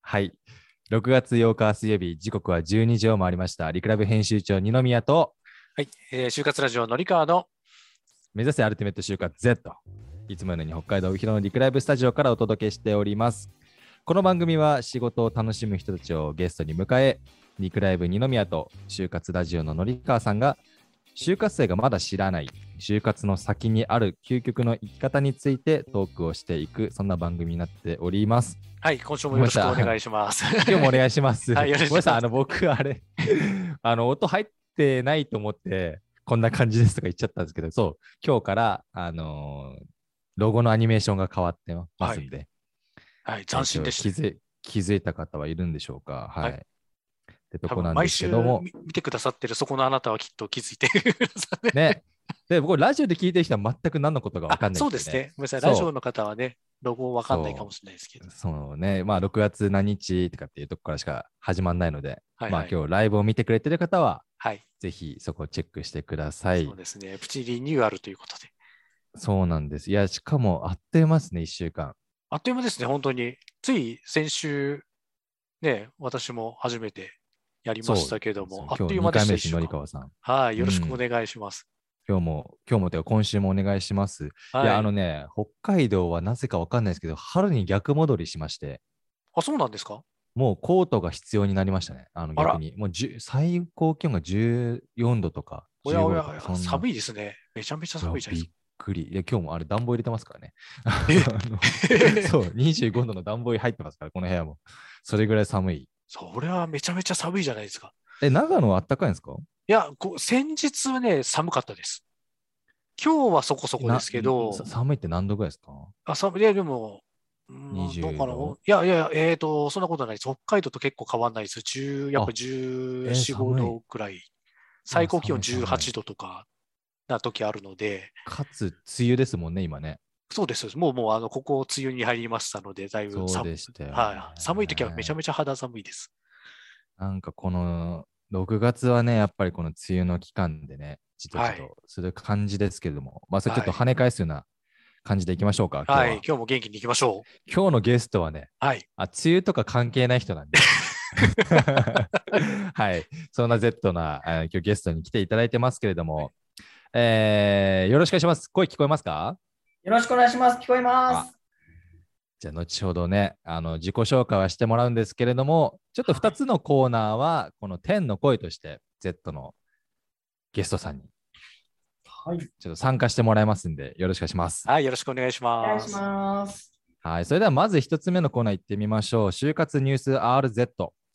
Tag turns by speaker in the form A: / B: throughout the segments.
A: はい。6月8日水曜日、時刻は12時を回りました。リクラブ編集長、二宮と、
B: はい、えー、就活ラジオのりかわの
A: 目指せアルティメット就活 Z。いつものように北海道帯広のリクライブスタジオからお届けしております。この番組は仕事を楽しむ人たちをゲストに迎え、リクライブ二宮と就活ラジオののりかわさんが、就活生がまだ知らない、就活の先にある究極の生き方についてトークをしていく、そんな番組になっております。
B: はい、今週もよろしくお願いします。
A: 今日もお願いします。
B: はいよろしく
A: ごめんなさい、あの、僕、あれ、 あの、音入ってないと思って、こんな感じですとか言っちゃったんですけど、そう、今日から、あのーロゴのアニメーションが変わってますんで、
B: はい、斬新でし
A: 気
B: た。
A: づい気づいた方はいるんでしょうか。はい。
B: はい
A: ってと
B: 多
A: こな
B: 分
A: ん
B: 毎
A: ですけ
B: 週
A: ども
B: み、見てくださってるそこのあなたはきっと気づいてくださ るね。
A: ね。で、僕、ラジオで聞いてる人は全く何のことが分か
B: あ
A: んない、
B: そうですね。。ごめんなさい、
A: そう
B: ラジオの方はね、ロゴわかんないかもしれないですけど。
A: そうね、まあ、6月何日とかっていうとこからしか始まんないので、
B: はい、
A: まあ
B: は、い
A: 今日ライブを見てくれてる方は、
B: はい
A: ぜひそこをチェックしてください
B: そう。ですね。プチリニューアルということで。
A: そうなんです。いや、しかもあっという間ですね、1週間。
B: あっという間ですね、本当に。つい先週、ね、私も初めてやりましたけども、あっ
A: 今
B: と
A: 日
B: いう
A: 2
B: 間で
A: 回目で
B: した、
A: す、
B: 一週
A: のり
B: 間
A: かわさん。
B: はい、よろし
A: うん
B: くお願いします。
A: 今日も、今日もというか今週もお願いします。い、
B: はい
A: や、あのね、北海道はなぜかわかんないですけど、春に逆戻りしまして、
B: あ、そうなんですか
A: もうコートが必要になりましたね。あの
B: あら
A: 逆に。もう10最高気温が14度とか。
B: おやおや
A: 15度とか、
B: 寒
A: い
B: いですね。めちゃめちゃ寒いじゃない
A: び
B: で
A: っくり。いや、今日もあれ、暖房入れてますからね。
B: え
A: あの
B: すか。
A: そう、25度の暖房入ってますから、この部屋も。それぐらい寒い。
B: それはめちゃめちゃ寒いじゃないですか。
A: え、長野は暖かいんですか
B: いや、こう先日はね、寒かったです。今日はそこそこですけど
A: な、さ寒いって何度ぐらいですか
B: あ寒いや、でも、うん
A: 20
B: どうかな
A: 度
B: いやいや、えっ、と、そんなことないです。北海道と結構変わんないです。10やっぱ14、
A: えー
B: 15
A: 寒い
B: 度くらい。最高気温
A: あ寒い寒い
B: 18度とかな時あるので、
A: かつ、梅雨ですもんね、今ね。
B: そうです。もう、もう、あの、ここ、梅雨に入りましたので、だい
A: そ
B: ぶ
A: う
B: 寒,、
A: でしたよ、
B: はい、寒い時はめちゃ
A: ち
B: めちゃ肌寒いです。
A: ゃ。なんかこの、6月はね、やっぱりこの梅雨の期間でね、じとじとする感じですけれども、まあ、それちょっと跳ね返すような感じでいきましょうか、今日は
B: はい、今日も元気に行きましょう。
A: 今日のゲストはね、
B: はい、
A: あ、梅雨とか関係ない人なんで。はい。そんな Z な、あ今日ゲストに来ていただいてますけれども、えーよろしくお願いします。声聞こえますか
C: よろしくお願いします。聞こえます。
A: じゃあ、後ほどね、あの、自己紹介はしてもらうんですけれども、ちょっと2つのコーナーは、この天の声として、Z のゲストさんに、
C: はい。
A: ちょっと参加してもらいますんで、よろしくお願いします。
B: はい、よろしくお願いし
C: お
B: ま
C: 願いし
B: す。
C: ます。
A: はい、それではまず一つ目のコーナー行ってみましょう。就活ニュース RZ。
B: い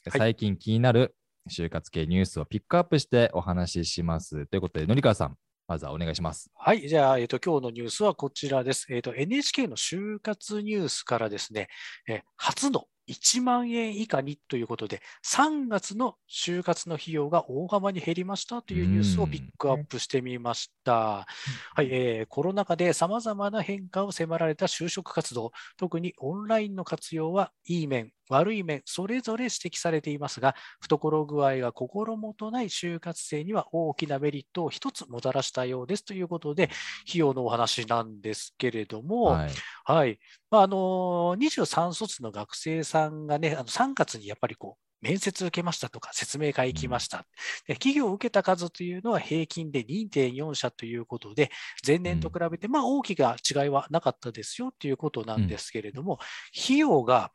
A: 最近気になる就活系ニュースをピックアップしてお話しします。ということで、のりかわさん、まずはお願いします。
B: はい、じゃあ、えっ、と、今日のニュースはこちらです。えっ、と、NHK の就活ニュースからですね、えー初の1万円以下にということで、3月の就活の費用が大幅に減りましたというニュースをピックアップしてみました。はい、えーコロナ禍で様々な変化を迫られた就職活動、特にオンラインの活用はいい面、悪い面、それぞれ指摘されていますが、懐具合が心もとない就活生には大きなメリットを一つもたらしたようですということで、費用のお話なんですけれども、はい
A: はい、
B: まあ、あの23卒の学生さんがね、あの3月にやっぱりこう、面接受けましたとか、説明会行きました、で企業を受けた数というのは平均で2.4社ということで、前年と比べてまあ大きな違いはなかったですよということなんですけれども、費用が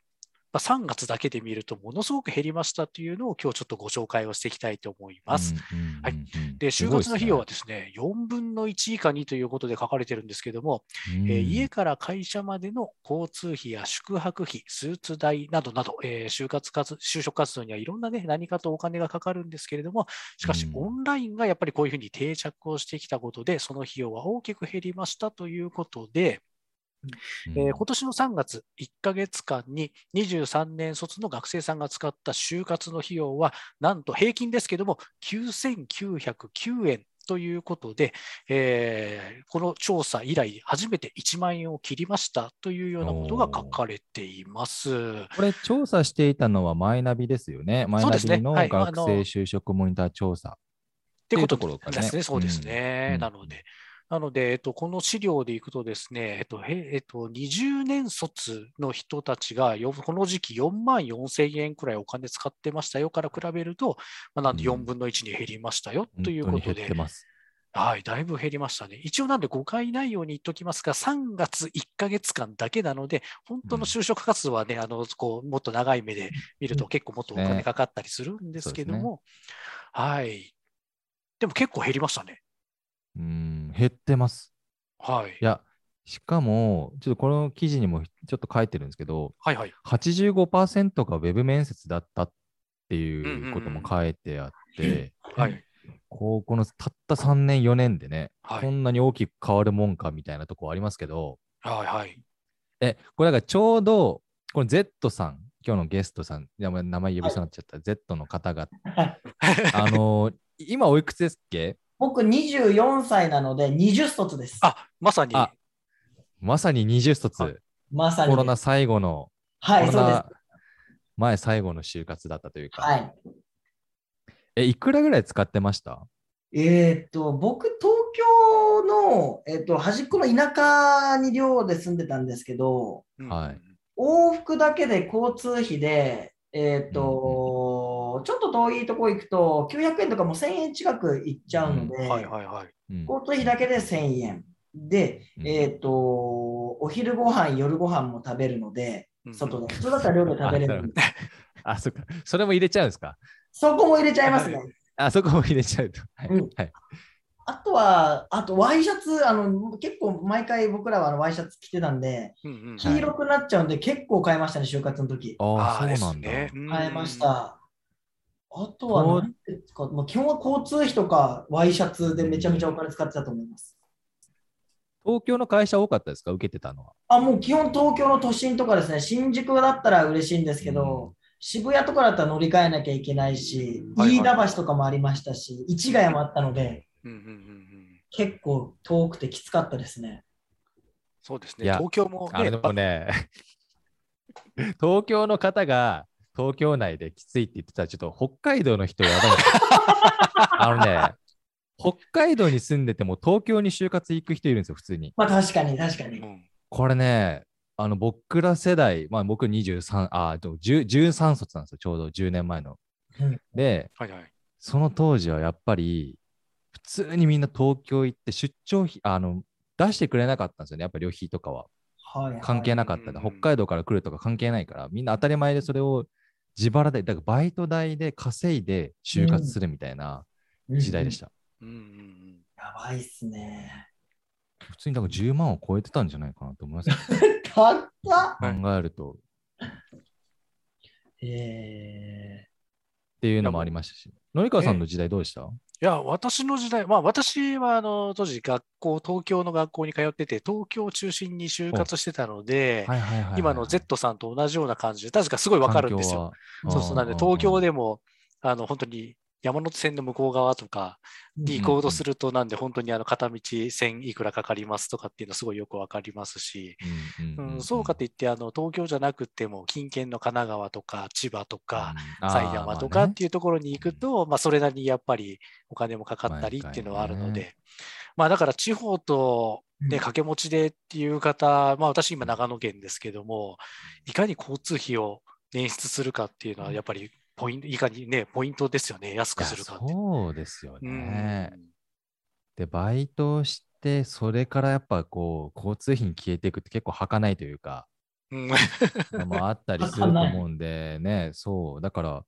B: まあ3月だけで見ると、ものすごく減りましたというのを、今日ちょっとご紹介をしていきたいと思います。
A: うんうんうんうん
B: はいで、就活の費用は、ですね、4分の1以下にということで書かれてるんですけども、
A: すごい
B: えー
A: ですね
B: 家から会社までの交通費や宿泊費、スーツ代などなど、えー就活活就職活動にはいろんな、ね、何かとお金がかかるんですけれども、しかし、
A: うん
B: オンラインがやっぱりこういうふうに定着をしてきたことで、その費用は大きく減りましたということで、
A: うん
B: えー今年の3月、1ヶ月間に23年卒の学生さんが使った就活の費用は、なんと平均ですけども、9909円ということで、えーこの調査以来、初めて1万円を切りましたというようなことが書かれています。
A: これ、調査していたのはマイナビですよね。マイ
B: う
A: ナ
B: です
A: ビ
B: ね
A: の
B: は
A: 学
B: いあの
A: 生就職モニター調査。
B: って
A: ってい
B: こ
A: うところ
B: と
A: からね
B: ですね、そうです
A: うん
B: ね。
A: うん
B: なので、なので、えっと、この資料でいくとですね、えっと、へえっと、20年卒の人たちがよ、この時期4万4千円くらいお金使ってましたよから比べると、まあ、なんで
A: うん
B: 4分の1に減りましたよという
A: 本
B: こ
A: 当
B: と
A: に減っ
B: で
A: て、ます。
B: はい、だいぶ減りましたね。一応なんで誤解ないように言っときますが、3月1ヶ月間だけなので、本当の就職活動はね、あのこうもっと長い目で見ると結構もっとお金
A: ね
B: かかったりするんですけど
A: そ
B: も、はい。でも結構減りましたね。
A: うん、減ってます。
B: はい。
A: いや、しかも、ちょっとこの記事にもちょっと書いてるんですけど、
B: はいはい。
A: 85%がウェブ面接だったって
B: んうんう
A: い
B: ん
A: うことも書いてあって、
B: はい。
A: 高校のたった3年、4年でね、
B: はい
A: こんなに大きく変わるもんかみたいなとこありますけど、
B: はいはい。
A: え、これだからちょうど、この Z さん、今日のゲストさん、いやもう名前呼びそうになっちゃった、Z の方が、あのー今おいくつですっけ
C: 僕24歳なので20卒です。
B: あ、まさに。
A: あまさに20
C: あ
A: 卒、
C: まさ
A: コ
C: に。
A: ロナ最後の、
C: はい、
A: コ
C: そ
A: ロ
C: うで
A: ナ前最後の就活だったという
C: す。
A: か、
C: はい。
A: え、いくらぐらい使ってました
C: えーっと、僕、東京の、えーっと、端っこの田舎に寮で住んでたんですけど、
B: うん
A: はい
C: 往復だけで交通費で、えーっと、ちょっと遠いとこ行くと、900円とかもう1000円近く行っちゃうので、
B: はいはいはい。
A: うん
C: 交通費だけで1000円。で、
A: うん
C: えーっと、お昼ご飯、夜ご飯も食べるので、
B: うん
C: 外で。普通だったら寮で食べれるので、
A: あ、そっか。それも入れちゃうんですか
C: そこも入れちゃいますね。
A: あ、そこも入れちゃうと。はい
C: うん
A: はい
C: あとは、あとワイシャツ、あの結構毎回僕らはあのワイシャツ着てたんで、
B: うんうん
A: はい
C: 黄色くなっちゃうんで、結構買いましたね、就活の時。
A: あ
B: ー
A: あ、
B: で
A: そうな
B: す
A: んだ。
B: ね。うん
C: 買いまし。た。あとは何ですか、もう基本は交通費とかワイシャツでめちゃめちゃお金使ってたと思います。
A: 東京の会社多かったですか受けてたのは。
C: あもう基本東京の都心とかですね、新宿だったら嬉しいんですけど、
A: うん
C: 渋谷とかだったら乗り換えなきゃいけないし、
B: はいはい
C: 飯田橋とかもありましたし、市ヶ谷もあったので、
B: うんうんうんうん。
C: 結構遠くてきつかったですね。
B: そうです
A: い
B: ね。
A: や
B: 東京も
A: あれ
B: ね
A: でもね、 東京の方が東京内できついって言ってたら、ちょっと北海道の人やばいな。 あのね、北海道に住んでても東京に就活行く人いるんですよ、普通に。
C: まあ確かに確かに。
B: うん
A: これね、あの僕ら世代、まあ、僕23、あでも10 13卒なんですよ、ちょうど10年前の。
C: うん
A: で、
B: はいはい。
A: その当時はやっぱり、普通にみんな東京行って出張費、あの、出してくれなかったんですよね、やっぱ旅費とかは。
C: はいはい。
A: 関係なかったんだ。
B: うんうん
A: 北海道から来るとか関係ないから、みんな当たり前でそれを自腹で、だからバイト代で稼いで就活するみたいな時代でしたた。
B: うんうんうん。
C: やばいっすね。
A: 普通にだから10万を超えてたんじゃないかなと思います。
C: たった
B: はい
A: 考えると。
C: え
A: っていうのもありましたし。紀川さんの時代どうでした
B: いや、私の時代、まあ私はあの当時学校、東京の学校に通ってて、東京を中心に就活してたので、
A: はいはいはいはい。
B: 今の Z さんと同じような感じで、確かすごいわかるんですよ。
A: 環境
B: そう
A: は。
B: そうなんで、東京
A: で
B: でも、あの本当に山手線の向こう側とか
C: ー
B: に
A: いい
B: 行
A: こ
B: こうとすると、なんで本当にあの片道1000いくらかかりますとかっていうのすごいよくわかりますし、うん、そうかといって、あの東京じゃなくても、近県の神奈川とか千葉とか、埼玉とかっていうところに行くと、まあ、それなりにやっぱりお金もかかったりっていうのはあるの
A: 毎
B: で、
A: 回
B: まあだから地方と、ね、掛け持ちでっていう方、まあ私今長野県ですけども、いかに交通費を捻出するかっていうのはやっぱりポイント、いかにね、ポイントですよね、安くするかって。
A: そうですよね。
B: うん
A: で、バイトして、それからやっぱこう、交通費に消えていくって結構儚いという か、
B: うん
A: もあったりすると思うんで、ね、そう、だから、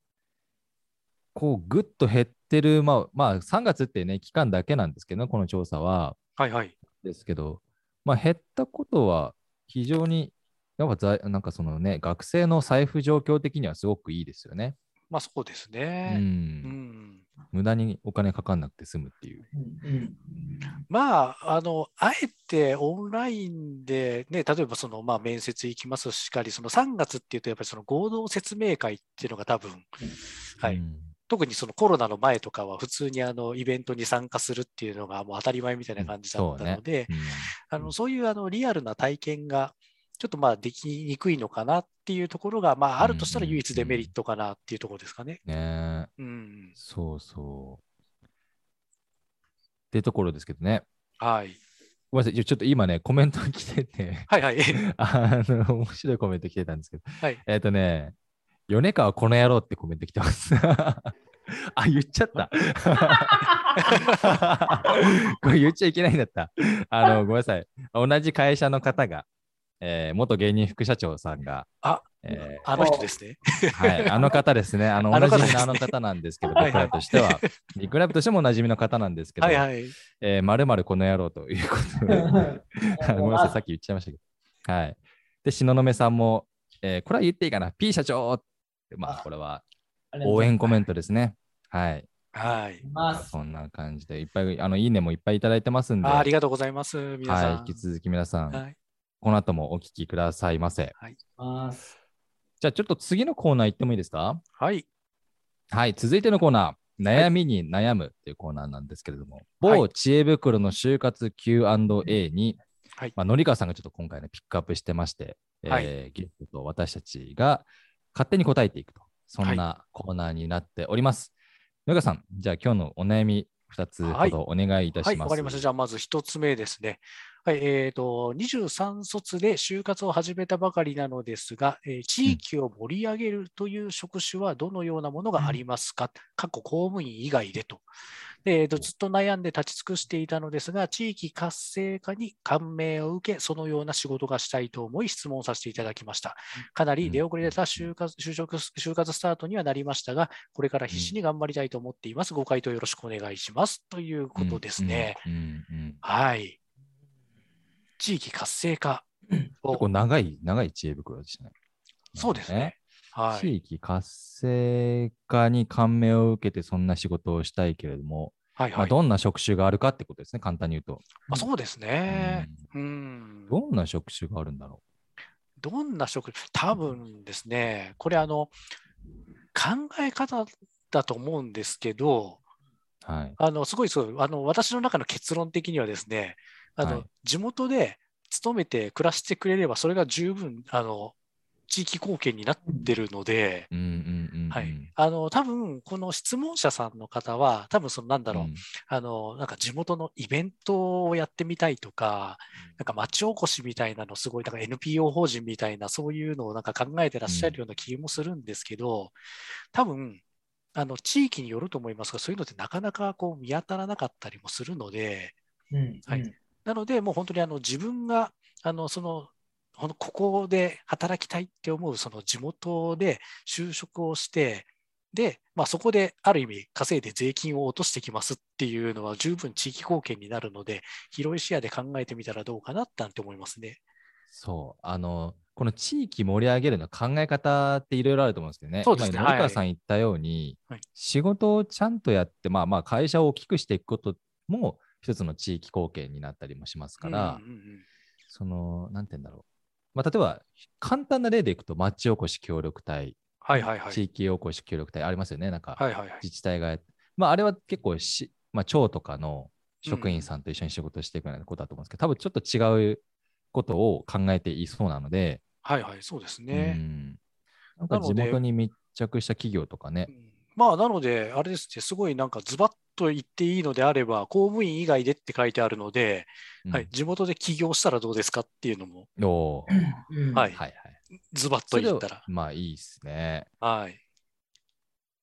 A: こう、ぐっと減ってる、まあ、まあ、3月ってね、期間だけなんですけどね、この調査は、
B: はいはい。
A: ですけど、まあ、減ったことは、非常に、やっぱざい、なんかそのね、学生の財布状況的にはすごくいいですよね。
B: まあそうです
A: う。
B: ね。うんん
A: 無駄にお金かかんなくて済むっていう。
C: うん
B: まあ、あの、あえてオンラインで、ね、例えばその、まあ、面接行きますしかり、その3月っていうと、やっぱりその合同説明会っていうのが多分、は
A: う
B: い、
A: ん
B: 特にそのコロナの前とかは、普通にあのイベントに参加するっていうのがもう当たり前みたいな感じだったので、
A: うん
B: あのそういうあのリアルな体験が、ちょっとまあできにくいのかなっていうところが、まあ、あるとしたら唯一デメリットかなっていうところですかね。
A: ねえ
B: うん、
A: そうそう。ってところですけどね。
B: はい。
A: ごめんなさい、ちょっと今ね、コメント来てて、
B: はいはい。
A: あの、面白いコメント来てたんですけど、
B: はい
A: えっ、とね、米川この野郎ってコメント来てます。 あ、言っちゃった。 これ言っちゃいけないんだった。あの、ごめんなさい。同じ会社の方が、えー元芸人副社長さんが、
B: あ
A: え
B: あの人ですね。
A: ーはい、 あの方ですね。あの、お
B: あ
A: なじ
B: の方
A: み
B: で
A: の
B: すね
A: あの方なんですけど、
B: はい
A: 僕
B: はい
A: らとしては、リクラブとしてもおなじみの方なんですけど、
B: はいはい。
A: えー、まるまるこの野郎ということ で、ごめんなさい、さっき言っちゃいましたけど。はい。で、東雲さんも、えーこれは言っていいかな、P 社長ってまあ、
C: あ
A: これは
C: ありがとうご
A: 応
C: ざい
A: 援コメントですね。はい。
B: はい。
C: ます。
A: そんな感じで、いっぱい、あの、いいねもいっぱいいただいてますんで、
B: あありがとうございます。皆さん。
A: はい、引き続き皆さん、
B: はい
A: この後もお聞きくださいませ。
C: ます
A: じゃあ、ちょっと次のコーナー行ってもいいですか
B: はい。
A: はい、続いてのコーナー、悩みに悩むっていうコーナーなんですけれども、
B: はい
A: 某知恵袋の就活 Q&A に、
B: はい
A: まあ、のりかわさんがちょっと今回ね、ピックアップしてまして、
B: はい
A: えーゲストと私たちが勝手に答えていくと、そんなコーナーになっております。のりかわさん、じゃあ今日のお悩み2つほどお願いいたします。
B: はい、わかりました。じゃあ、まず一つ目ですね。はい、えっ、と、23卒で就活を始めたばかりなのですが、えー地域を盛り上げるという職種はどのようなものがありますか、過去公務員以外でと。でえーとずっと悩んで立ち尽くしていたのですが、地域活性化に感銘を受け、そのような仕事がしたいと思い、質問させていただきました。かなり出遅れた就活就職就活スタートにはなりましたが、これから必死に頑張りたいと思っています。ご回答よろしくお願いします。ということですね。
A: うん。うんうんうん
B: はい。地域活性化
A: 結構
B: を。
A: 長い、長い知恵袋でしたね。
B: そうですね。。はい。
A: 地域活性化に感銘を受けてそんな仕事をしたいけれども、
B: はい
A: ま
B: は
A: あ、
B: い。
A: どんな職種があるかってことですね、簡単に言うと。
B: あそうですね。うん。
A: どんな職種があるんだろ
B: どんな職多分ですね、これあの、考え方だと思うんですけど、
A: う。はい。
B: あの、すごいそう、あの、私の中の結論的にはですね、あ
A: は
B: の、
A: い
B: 地元で勤めて暮らしてくれれば、それが十分、あの、地域貢献になってるので、
A: うんうんうんうん。
B: はい。あの、多分、この質問者さんの方は、多分、その、なんだろう、あの、なんか地元のイベントをやってみたいとか、なんか町おこしみたいなの、すごい、なんか NPO 法人みたいな、そういうのをなんか考えてらっしゃるような気もするんですけど、多分、あの、地域によると思いますが、そういうのってなかなかこう見当たらなかったりもするので、
C: うん
B: はい
C: うん
B: なので、もう本当にあの自分が、あのその、ほんとここで働きたいって思う、その地元で就職をして、で、まあ、そこである意味稼いで税金を落としてきますっていうのは十分地域貢献になるので、広い視野で考えてみたらどうかななんて思いますね。
A: そう。あの、この地域盛り上げるの考え方っていろいろあると思うんですけどね。
B: そうですね
A: 今、森川さん言ったように、
B: はい
A: 仕事をちゃんとやって、まあまあ、会社を大きくしていくことも、一つの地域貢献になったりもしますから、
B: うんうんうん
A: その、なんて言うんだろう。まあ、例えば、簡単な例でいくと、町おこし協力隊、
B: はいはいはい。
A: 地域おこし協力隊ありますよね。なんか、
B: はいはいはい。
A: 自治体がやっ、まあ、あれは結構し、まあ、町とかの職員さんと一緒に仕事していくようなことだと思うんですけど、多分ちょっと違うことを考えていそうなので、
B: はいはい、そうです
A: う
B: ね。
A: んなんか
B: な
A: 地
B: ので
A: 元に密着した企業とかね
B: う、んまあ、なので、あれですね、すごいなんかズバッと言っていいのであれば、公務員以外でって書いてあるので、は
A: う
B: い、地元で起業したらどうですかっていうのも、
A: んおー
C: うん
B: は
A: はい
B: い、
A: はい。
B: ズバッ
A: そ
B: と
A: れ
B: 言
A: を
B: ったら。
A: まあいいですね。
B: はい、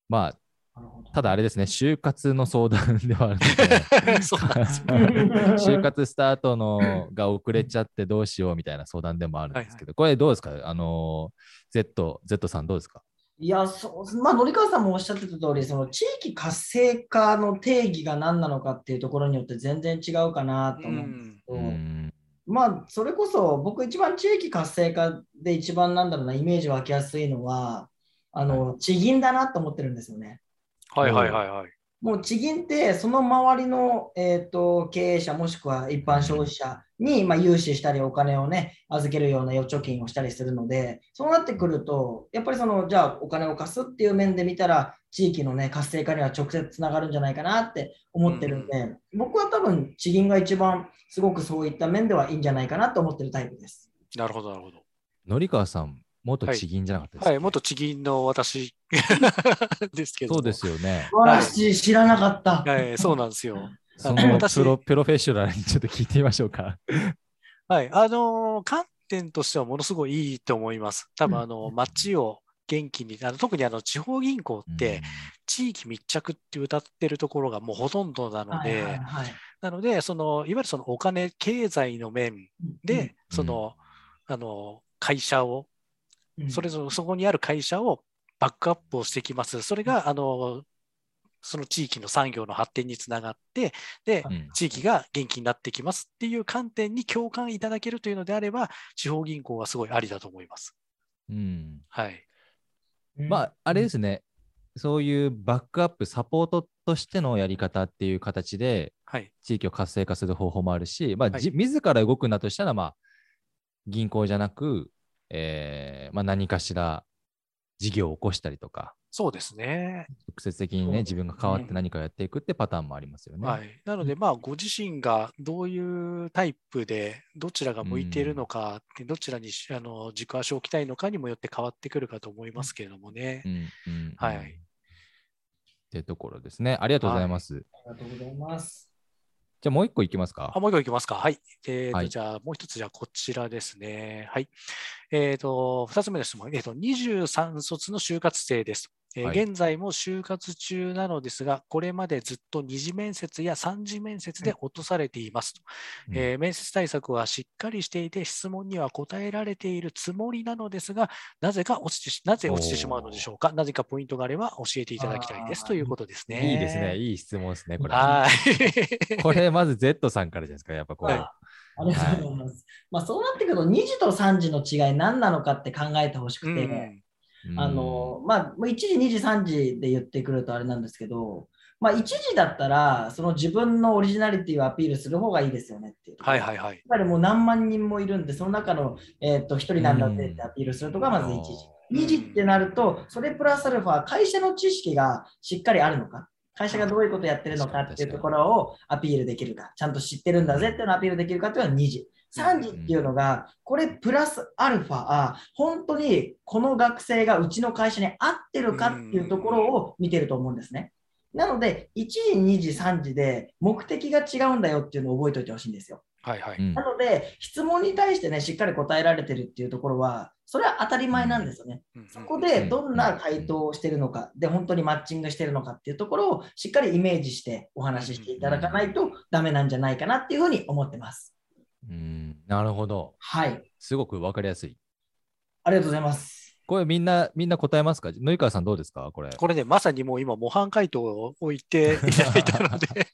A: まあ
C: なるほど
A: ただあれですね、就活の相談ではあるので
B: そうなんですよ。
A: 就活スタートのが遅れちゃってどうしようみたいな相談でもあるんですけど、これどうですかあのー、Z, Z さんどうですか
C: いや、そう、まあ、紀川さんもおっしゃってた通り、その地域活性化の定義が何なのかっていうところによって全然違うかなと
B: う
C: 思うんで
B: ん
C: すけど、
A: うん
C: まあ、それこそ僕一番地域活性化で一番なんだろうな、イメージ湧きやすいのは、あの、地銀だなと思ってるんですよね。
B: はいはいはいはい。
C: もう地銀ってその周りの、えー、と経営者もしくは一般消費者に、まあ、融資したりお金をね預けるような預貯金をしたりするのでそうなってくるとやっぱりそのじゃあお金を貸すっていう面で見たら地域のね活性化には直接つながるんじゃないかなって思ってるんで、僕は多分地銀が一番すごくそういった面ではいいんじゃないかなと思ってるタイプです。
B: なるほどなるほど。
A: のりかわさん、元地銀じゃなかったですか、
B: はい、元地銀の私 ですけ
A: そ
B: ども。
A: うですよね。
C: 素晴らしい知らなかった。
B: はい、そうなんですよ。
A: そ
B: あの
A: の
B: 私
A: プロプロフェッショナルにちょっと聞いてみましょう か。
B: はい、あのー観点としてはものすごいいいと思います。多分
C: うん
B: あの街を元気にあの特にあの地方銀行って地域密着って歌ってるところがもうほとんどなの
C: はいはい
B: で、
C: はい
B: なのでそのいわゆるそのお金経済の面でそのあの会社を
C: うん
B: それぞれそこにある会社をバックアップをしてきます。それがあのその地域の産業の発展につながってで
A: うん、うん
B: 地域が元気になってきますっていう観点に共感いただけるというのであれば、地方銀行はすごいありだと思います。
A: うん
B: はい。
C: うん
A: まあ、あれですね、そういうバックアップ、サポートとしてのやり方っていう形で、
B: はい。
A: 地域を活性化する方法もあるし、まあ
B: はい
A: じ自ら動くんだとしたら、まあ、銀行じゃなく、えーまあ、何かしら事業を起こしたりとか、
B: そうですね。
A: 直接的に
C: そう
A: ね、
C: で
A: 自
C: す
A: 分が変わっ
B: う
A: て
B: ん
A: 何かをやっていくってパターンもありますよね。
B: はい。なので、まあ、ご自身がどういうタイプで、どちらが向いているのかって、どちらにしあの軸足を置きたいのかにもよって変わってくるかと思いますけれどもね
A: う。んうん
B: はい
A: うんってところですね。ありがとうございます。
C: ありがとうございます。
A: じゃあもう一個いきます
B: あ、
A: か。
B: もう一個いきますか。はい。えーと
A: はい
B: じゃあ、もう一つ、じゃあ、こちらですね。はい。えっ、と、二つ目の質問。えっ、と、23卒の就活生です。えー
A: はい
B: 現在も就活中なのですが、これまでずっと二次面接や三次面接で落とされていますと、
A: うん
B: えー面接対策はしっかりしていて、質問には答えられているつもりなのですが、なぜか落ちてしなぜ落ちてしまうのでしょうか。なぜかポイントがあれば教えていただきたいです
C: あー
B: ということですね。
A: いいですね。いい質問ですね、これ。
B: はい。
A: これ、まず Z さんからじゃないですか、やっぱこう。
B: はい
C: ありがとうございます。まあ、そうなってくると、2時と3時の違い何なのかって考えてほしくて、
B: うん
A: うん
C: あの、まあ、1時、2時、3時で言ってくるとあれなんですけど、まあ、1時だったら、その自分のオリジナリティをアピールする方がいいですよねっていう。
B: はい
C: やっ
B: はいはい。
C: ぱりもう何万人もいるんで、その中の、えっと1人なんだってってアピールするとか、まず1時。2時ってなると、それプラスアルファ、会社の知識がしっかりあるのか、会社がどういうことやってるのかっていうところをアピールできるか、ちゃんと知ってるんだぜっていうのをアピールできるかっていうのは2時。3時っていうのが、これプラスアルファ、あ本当にこの学生がうちの会社に合ってるかっていうところを見てると思うんですね。なので、1時、2時、3時で目的が違うんだよっていうのを覚えておいてほしいんですよ。
B: はいはい。
A: うん
C: なので、質問に対してね、しっかり答えられてるっていうところは、それは当たり前なんですよね。
B: うん
C: そこ
A: う
C: で
A: ん
C: どんな回答をしてるのか、で、本当にマッチングしてるのかっていうところをしっかりイメージしてお話ししていただかないとダメなんじゃないかなっていうふうに思ってます。
A: うんなるほど。
C: はい。
A: すごくわかりやすい。
C: ありがとうございます。
A: これみんな、みんな答えますかノイカワさんどうですかこれ。
B: これね、まさにもう今、模範解答を置いていただいたので、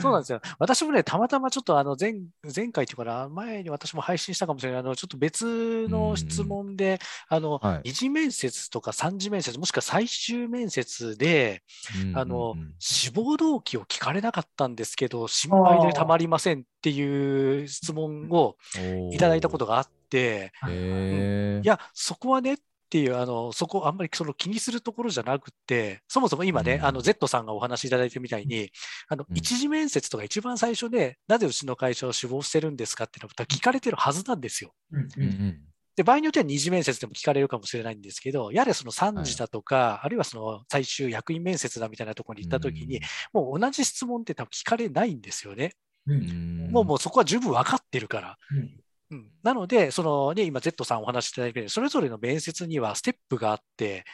B: そうなんですよ。私もね、たまたまちょっとあの前前回というかな、前に私も配信したかもしれない、あのちょっと別の質問で、あの、
A: はい
B: 二次面接とか三次面接、もしくは最終面接で、
A: うん
B: あの
A: うんうん
B: 志望動機を聞かれなかったんですけど、心配でたまりませんっていう質問を
A: おー
B: いただいたことがあって、
A: へ
B: いや、そこはねっていう、あのそこ、あんまりその気にするところじゃなくて、そもそも今ね、
A: うん
B: あの Z さんがお話しいただいてみたいに、あの
A: うん
B: 一次面接とか一番最初で、なぜうちの会社を志望してるんですかっていうのは聞かれてるはずなんですよ。
C: うん
A: え。うん
B: で、場合によっては二次面接でも聞かれるかもしれないんですけど、やれその3次だとか、あるいはその最終役員面接だみたいなところに行ったときに、、もう同じ質問って多分聞かれないんですよね。
C: うんうん
A: ん
B: もうもうそこは十分分かってるから。
C: うん
B: うんなので、そのね、今、Z さんお話しいただいたように、それぞれの面接にはステップがあって、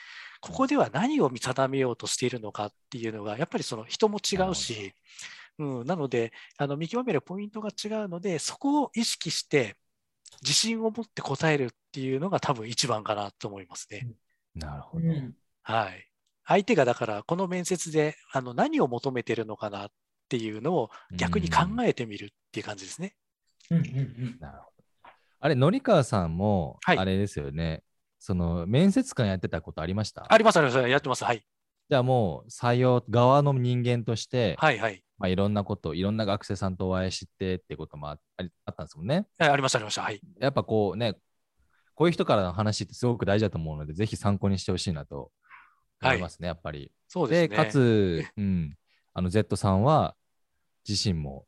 B: ここでは何を見定めようとしているのかっていうのが、やっぱりその人も違うし、うん、なので、あの見極めるポイントが違うので、そこを意識して、自信を持って答えるっていうのが多分一番かなと思いますね。
A: なるほ
C: う
A: ど。
C: ん
B: はい。相手がだから、この面接であの何を求めてるのかなっていうのを逆に考えてみるっていう感じですね。
C: うんうん
A: なるほど。あれ、紀川さんも、
B: はい
A: あれですよね。その、面接官やってたことありました
B: あります、あります、やってます。はい。
A: じゃあもう、採用側の人間として、
B: はい、はい。
A: まあ、いろんなこと、いろんな学生さんとお会いしてってこともあありあったんですもんね。
B: はいありました、ありました。はい。
A: やっぱこうね、こういう人からの話ってすごく大事だと思うので、ぜひ参考にしてほしいなと思いますね、やっぱり。
B: そう
A: で
B: です
A: か
B: ね。
A: つ、うん、あの Z さんは自身も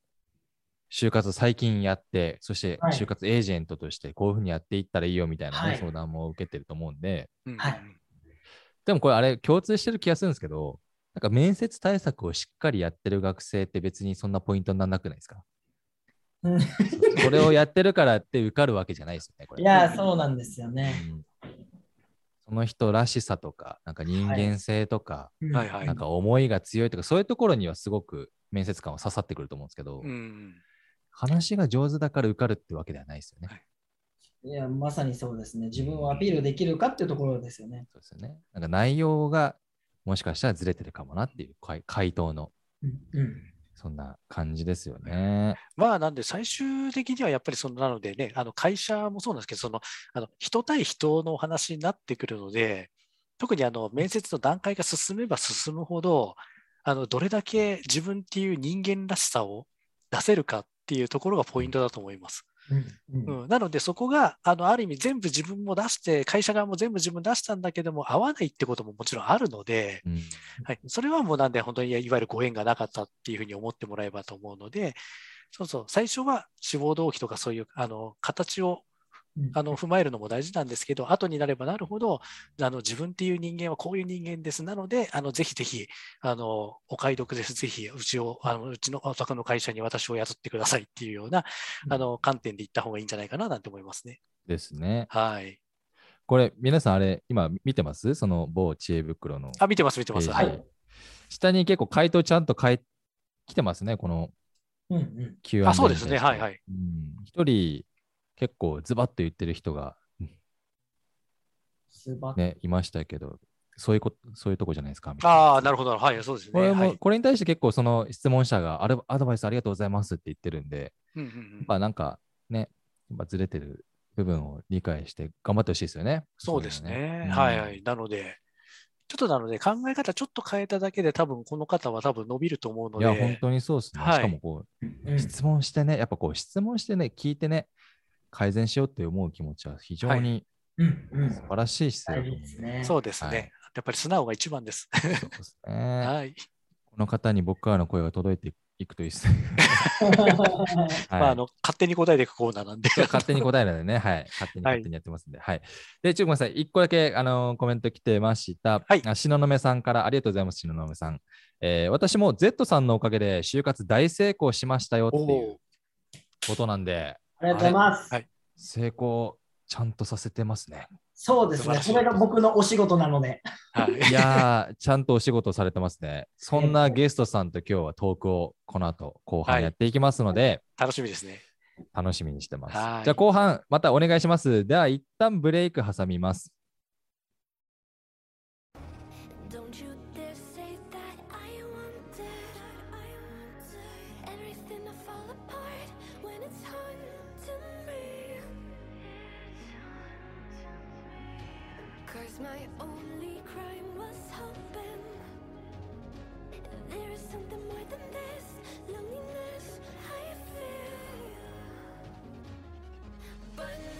A: 就活を最近やって、そして
C: はい
A: 就活エージェントとしてこういうふうにやっていったらいいよみたいなね、
C: はい
A: 相談も受けてると思うんで、
B: うんうんうん
C: はい
A: でもこれあれ共通してる気がするんですけど、なんか面接対策をしっかりやってる学生って別にそんなポイントにならなくないです か
C: うん
A: これをやってるからって受かるわけじゃないですよね、これ。
C: いや、そうなんですよね。
A: うんその人らしさとか、なんか人間性とか、
B: はいはい
A: なんか思いが強いとか、そういうところにはすごく面接官は刺さってくると思うんですけど、
B: うん。
A: 話が上手だから受かるってわけではないですよね。
B: はい
C: いや、まさにそうですね。自分をアピールできるかっていうところですよね。
A: そうですよね。なんか内容がもしかしたらずれてるかもなっていう回回答の、
C: うんうん
A: そんな感じですよね。
B: まあ、なんで最終的にはやっぱりそのなのでね、あの会社もそうなんですけど、そのあの人対人のお話になってくるので、特にあの面接の段階が進めば進むほど、あのどれだけ自分っていう人間らしさを出せるかっていうところがポイントだと思います。
C: うんうん
B: うん、なので、そこがあのある意味、全部自分も出して、会社側も全部自分出したんだけども、合わないってことももちろんあるので、
A: うん
B: はい、それはもうなんで本当にいわゆるご縁がなかったっていうふうに思ってもらえばと思うので、そうそう、最初は志望動機とかそういうあの形を
C: うん
B: あの踏まえるのも大事なんですけど、後になればなるほど、あの自分っていう人間はこういう人間です。なので、あのぜひぜひあのお買い得です。ぜひうちをあのうちのお宅の会社に私を雇ってくださいっていうようなあの観点で言った方がいいんじゃないかななんて思いますね。
A: ですね。
B: はい。
A: これ、皆さんあれ、今見てますその某知恵袋の
B: あ、見てます見てます。
A: ペー
B: は
A: ジ
B: い。
A: 下に結構回答ちゃんと書い来てますね、この
C: うんうん
A: Q&A
B: あそうですね
A: に対して
B: はいはい。
A: うん一人、結構ズバッと言ってる人が、
C: 素晴ら
A: ね、いましたけど、そういうこと、そういうとこじゃないですか。みたいな
B: ああ、なるほど。はい、そうですね。
A: これも、
B: はい
A: これに対して結構その質問者がアルアドバイスありがとうございますって言ってるんで、
B: うんうんうん
A: まあなんかね、やっぱずれてる部分を理解して頑張ってほしいですよね。
B: そうです
A: い
B: ね
A: の。
B: はいはい。。なので、ちょっとなので、考え方ちょっと変えただけで、多分この方は多分伸びると思う
A: う
B: の
A: んい
B: で、
A: や、本当にそうですね。
B: はい
A: しかもこ
C: う
A: う、
C: ん
A: 質問してね、やっぱこう、質問してね、聞いてね、改善しようって思う気持ちは非常に
C: うんう
A: 素
C: ん
A: 晴らしい姿
C: 大
A: 勢だ
C: 事
A: と思うん
C: です
A: で
C: ね。
B: そうですね、
A: はい
B: やっぱり素直が一番です。
A: そうですね。
B: はい。
A: この方に僕からの声が届いていくといいですね。はい
B: まあ、あの、勝手に答えていくコーナーな んで。
A: 勝手に答えるのでね、はい。勝手に
B: はい
A: 勝手にやってますんで。はい。で、ちょっとごめんなさい。一個だけ、あのーコメント来てました。
B: はい
A: あ。東雲さんからありがとうございます、東雲さん。えー私も Z さんのおかげで就活大成功しましたよって
B: お
A: いう
B: お
A: ことなんで、
C: ありがとうございます
B: はい。
A: 成功ちゃんとさせてます ね。
C: そうですね。
B: 素
C: そ
B: 晴らしい
C: れが僕のお仕事なので。
B: ー。はい。
A: いやー、ちゃんとお仕事されてますね。そんなゲストさんと今日はトークをこの後後半やっていきますので、
B: 楽しみですね。
A: 楽しみにしてます。
B: はい
A: じゃあ後半またお願いします。では一旦ブレイク挟みます。
D: Don't you dare say that I wanted, I wanted everything to fall apart when it's haunting me. Cause my only crime was hoping there is something more than this loneliness I feel. But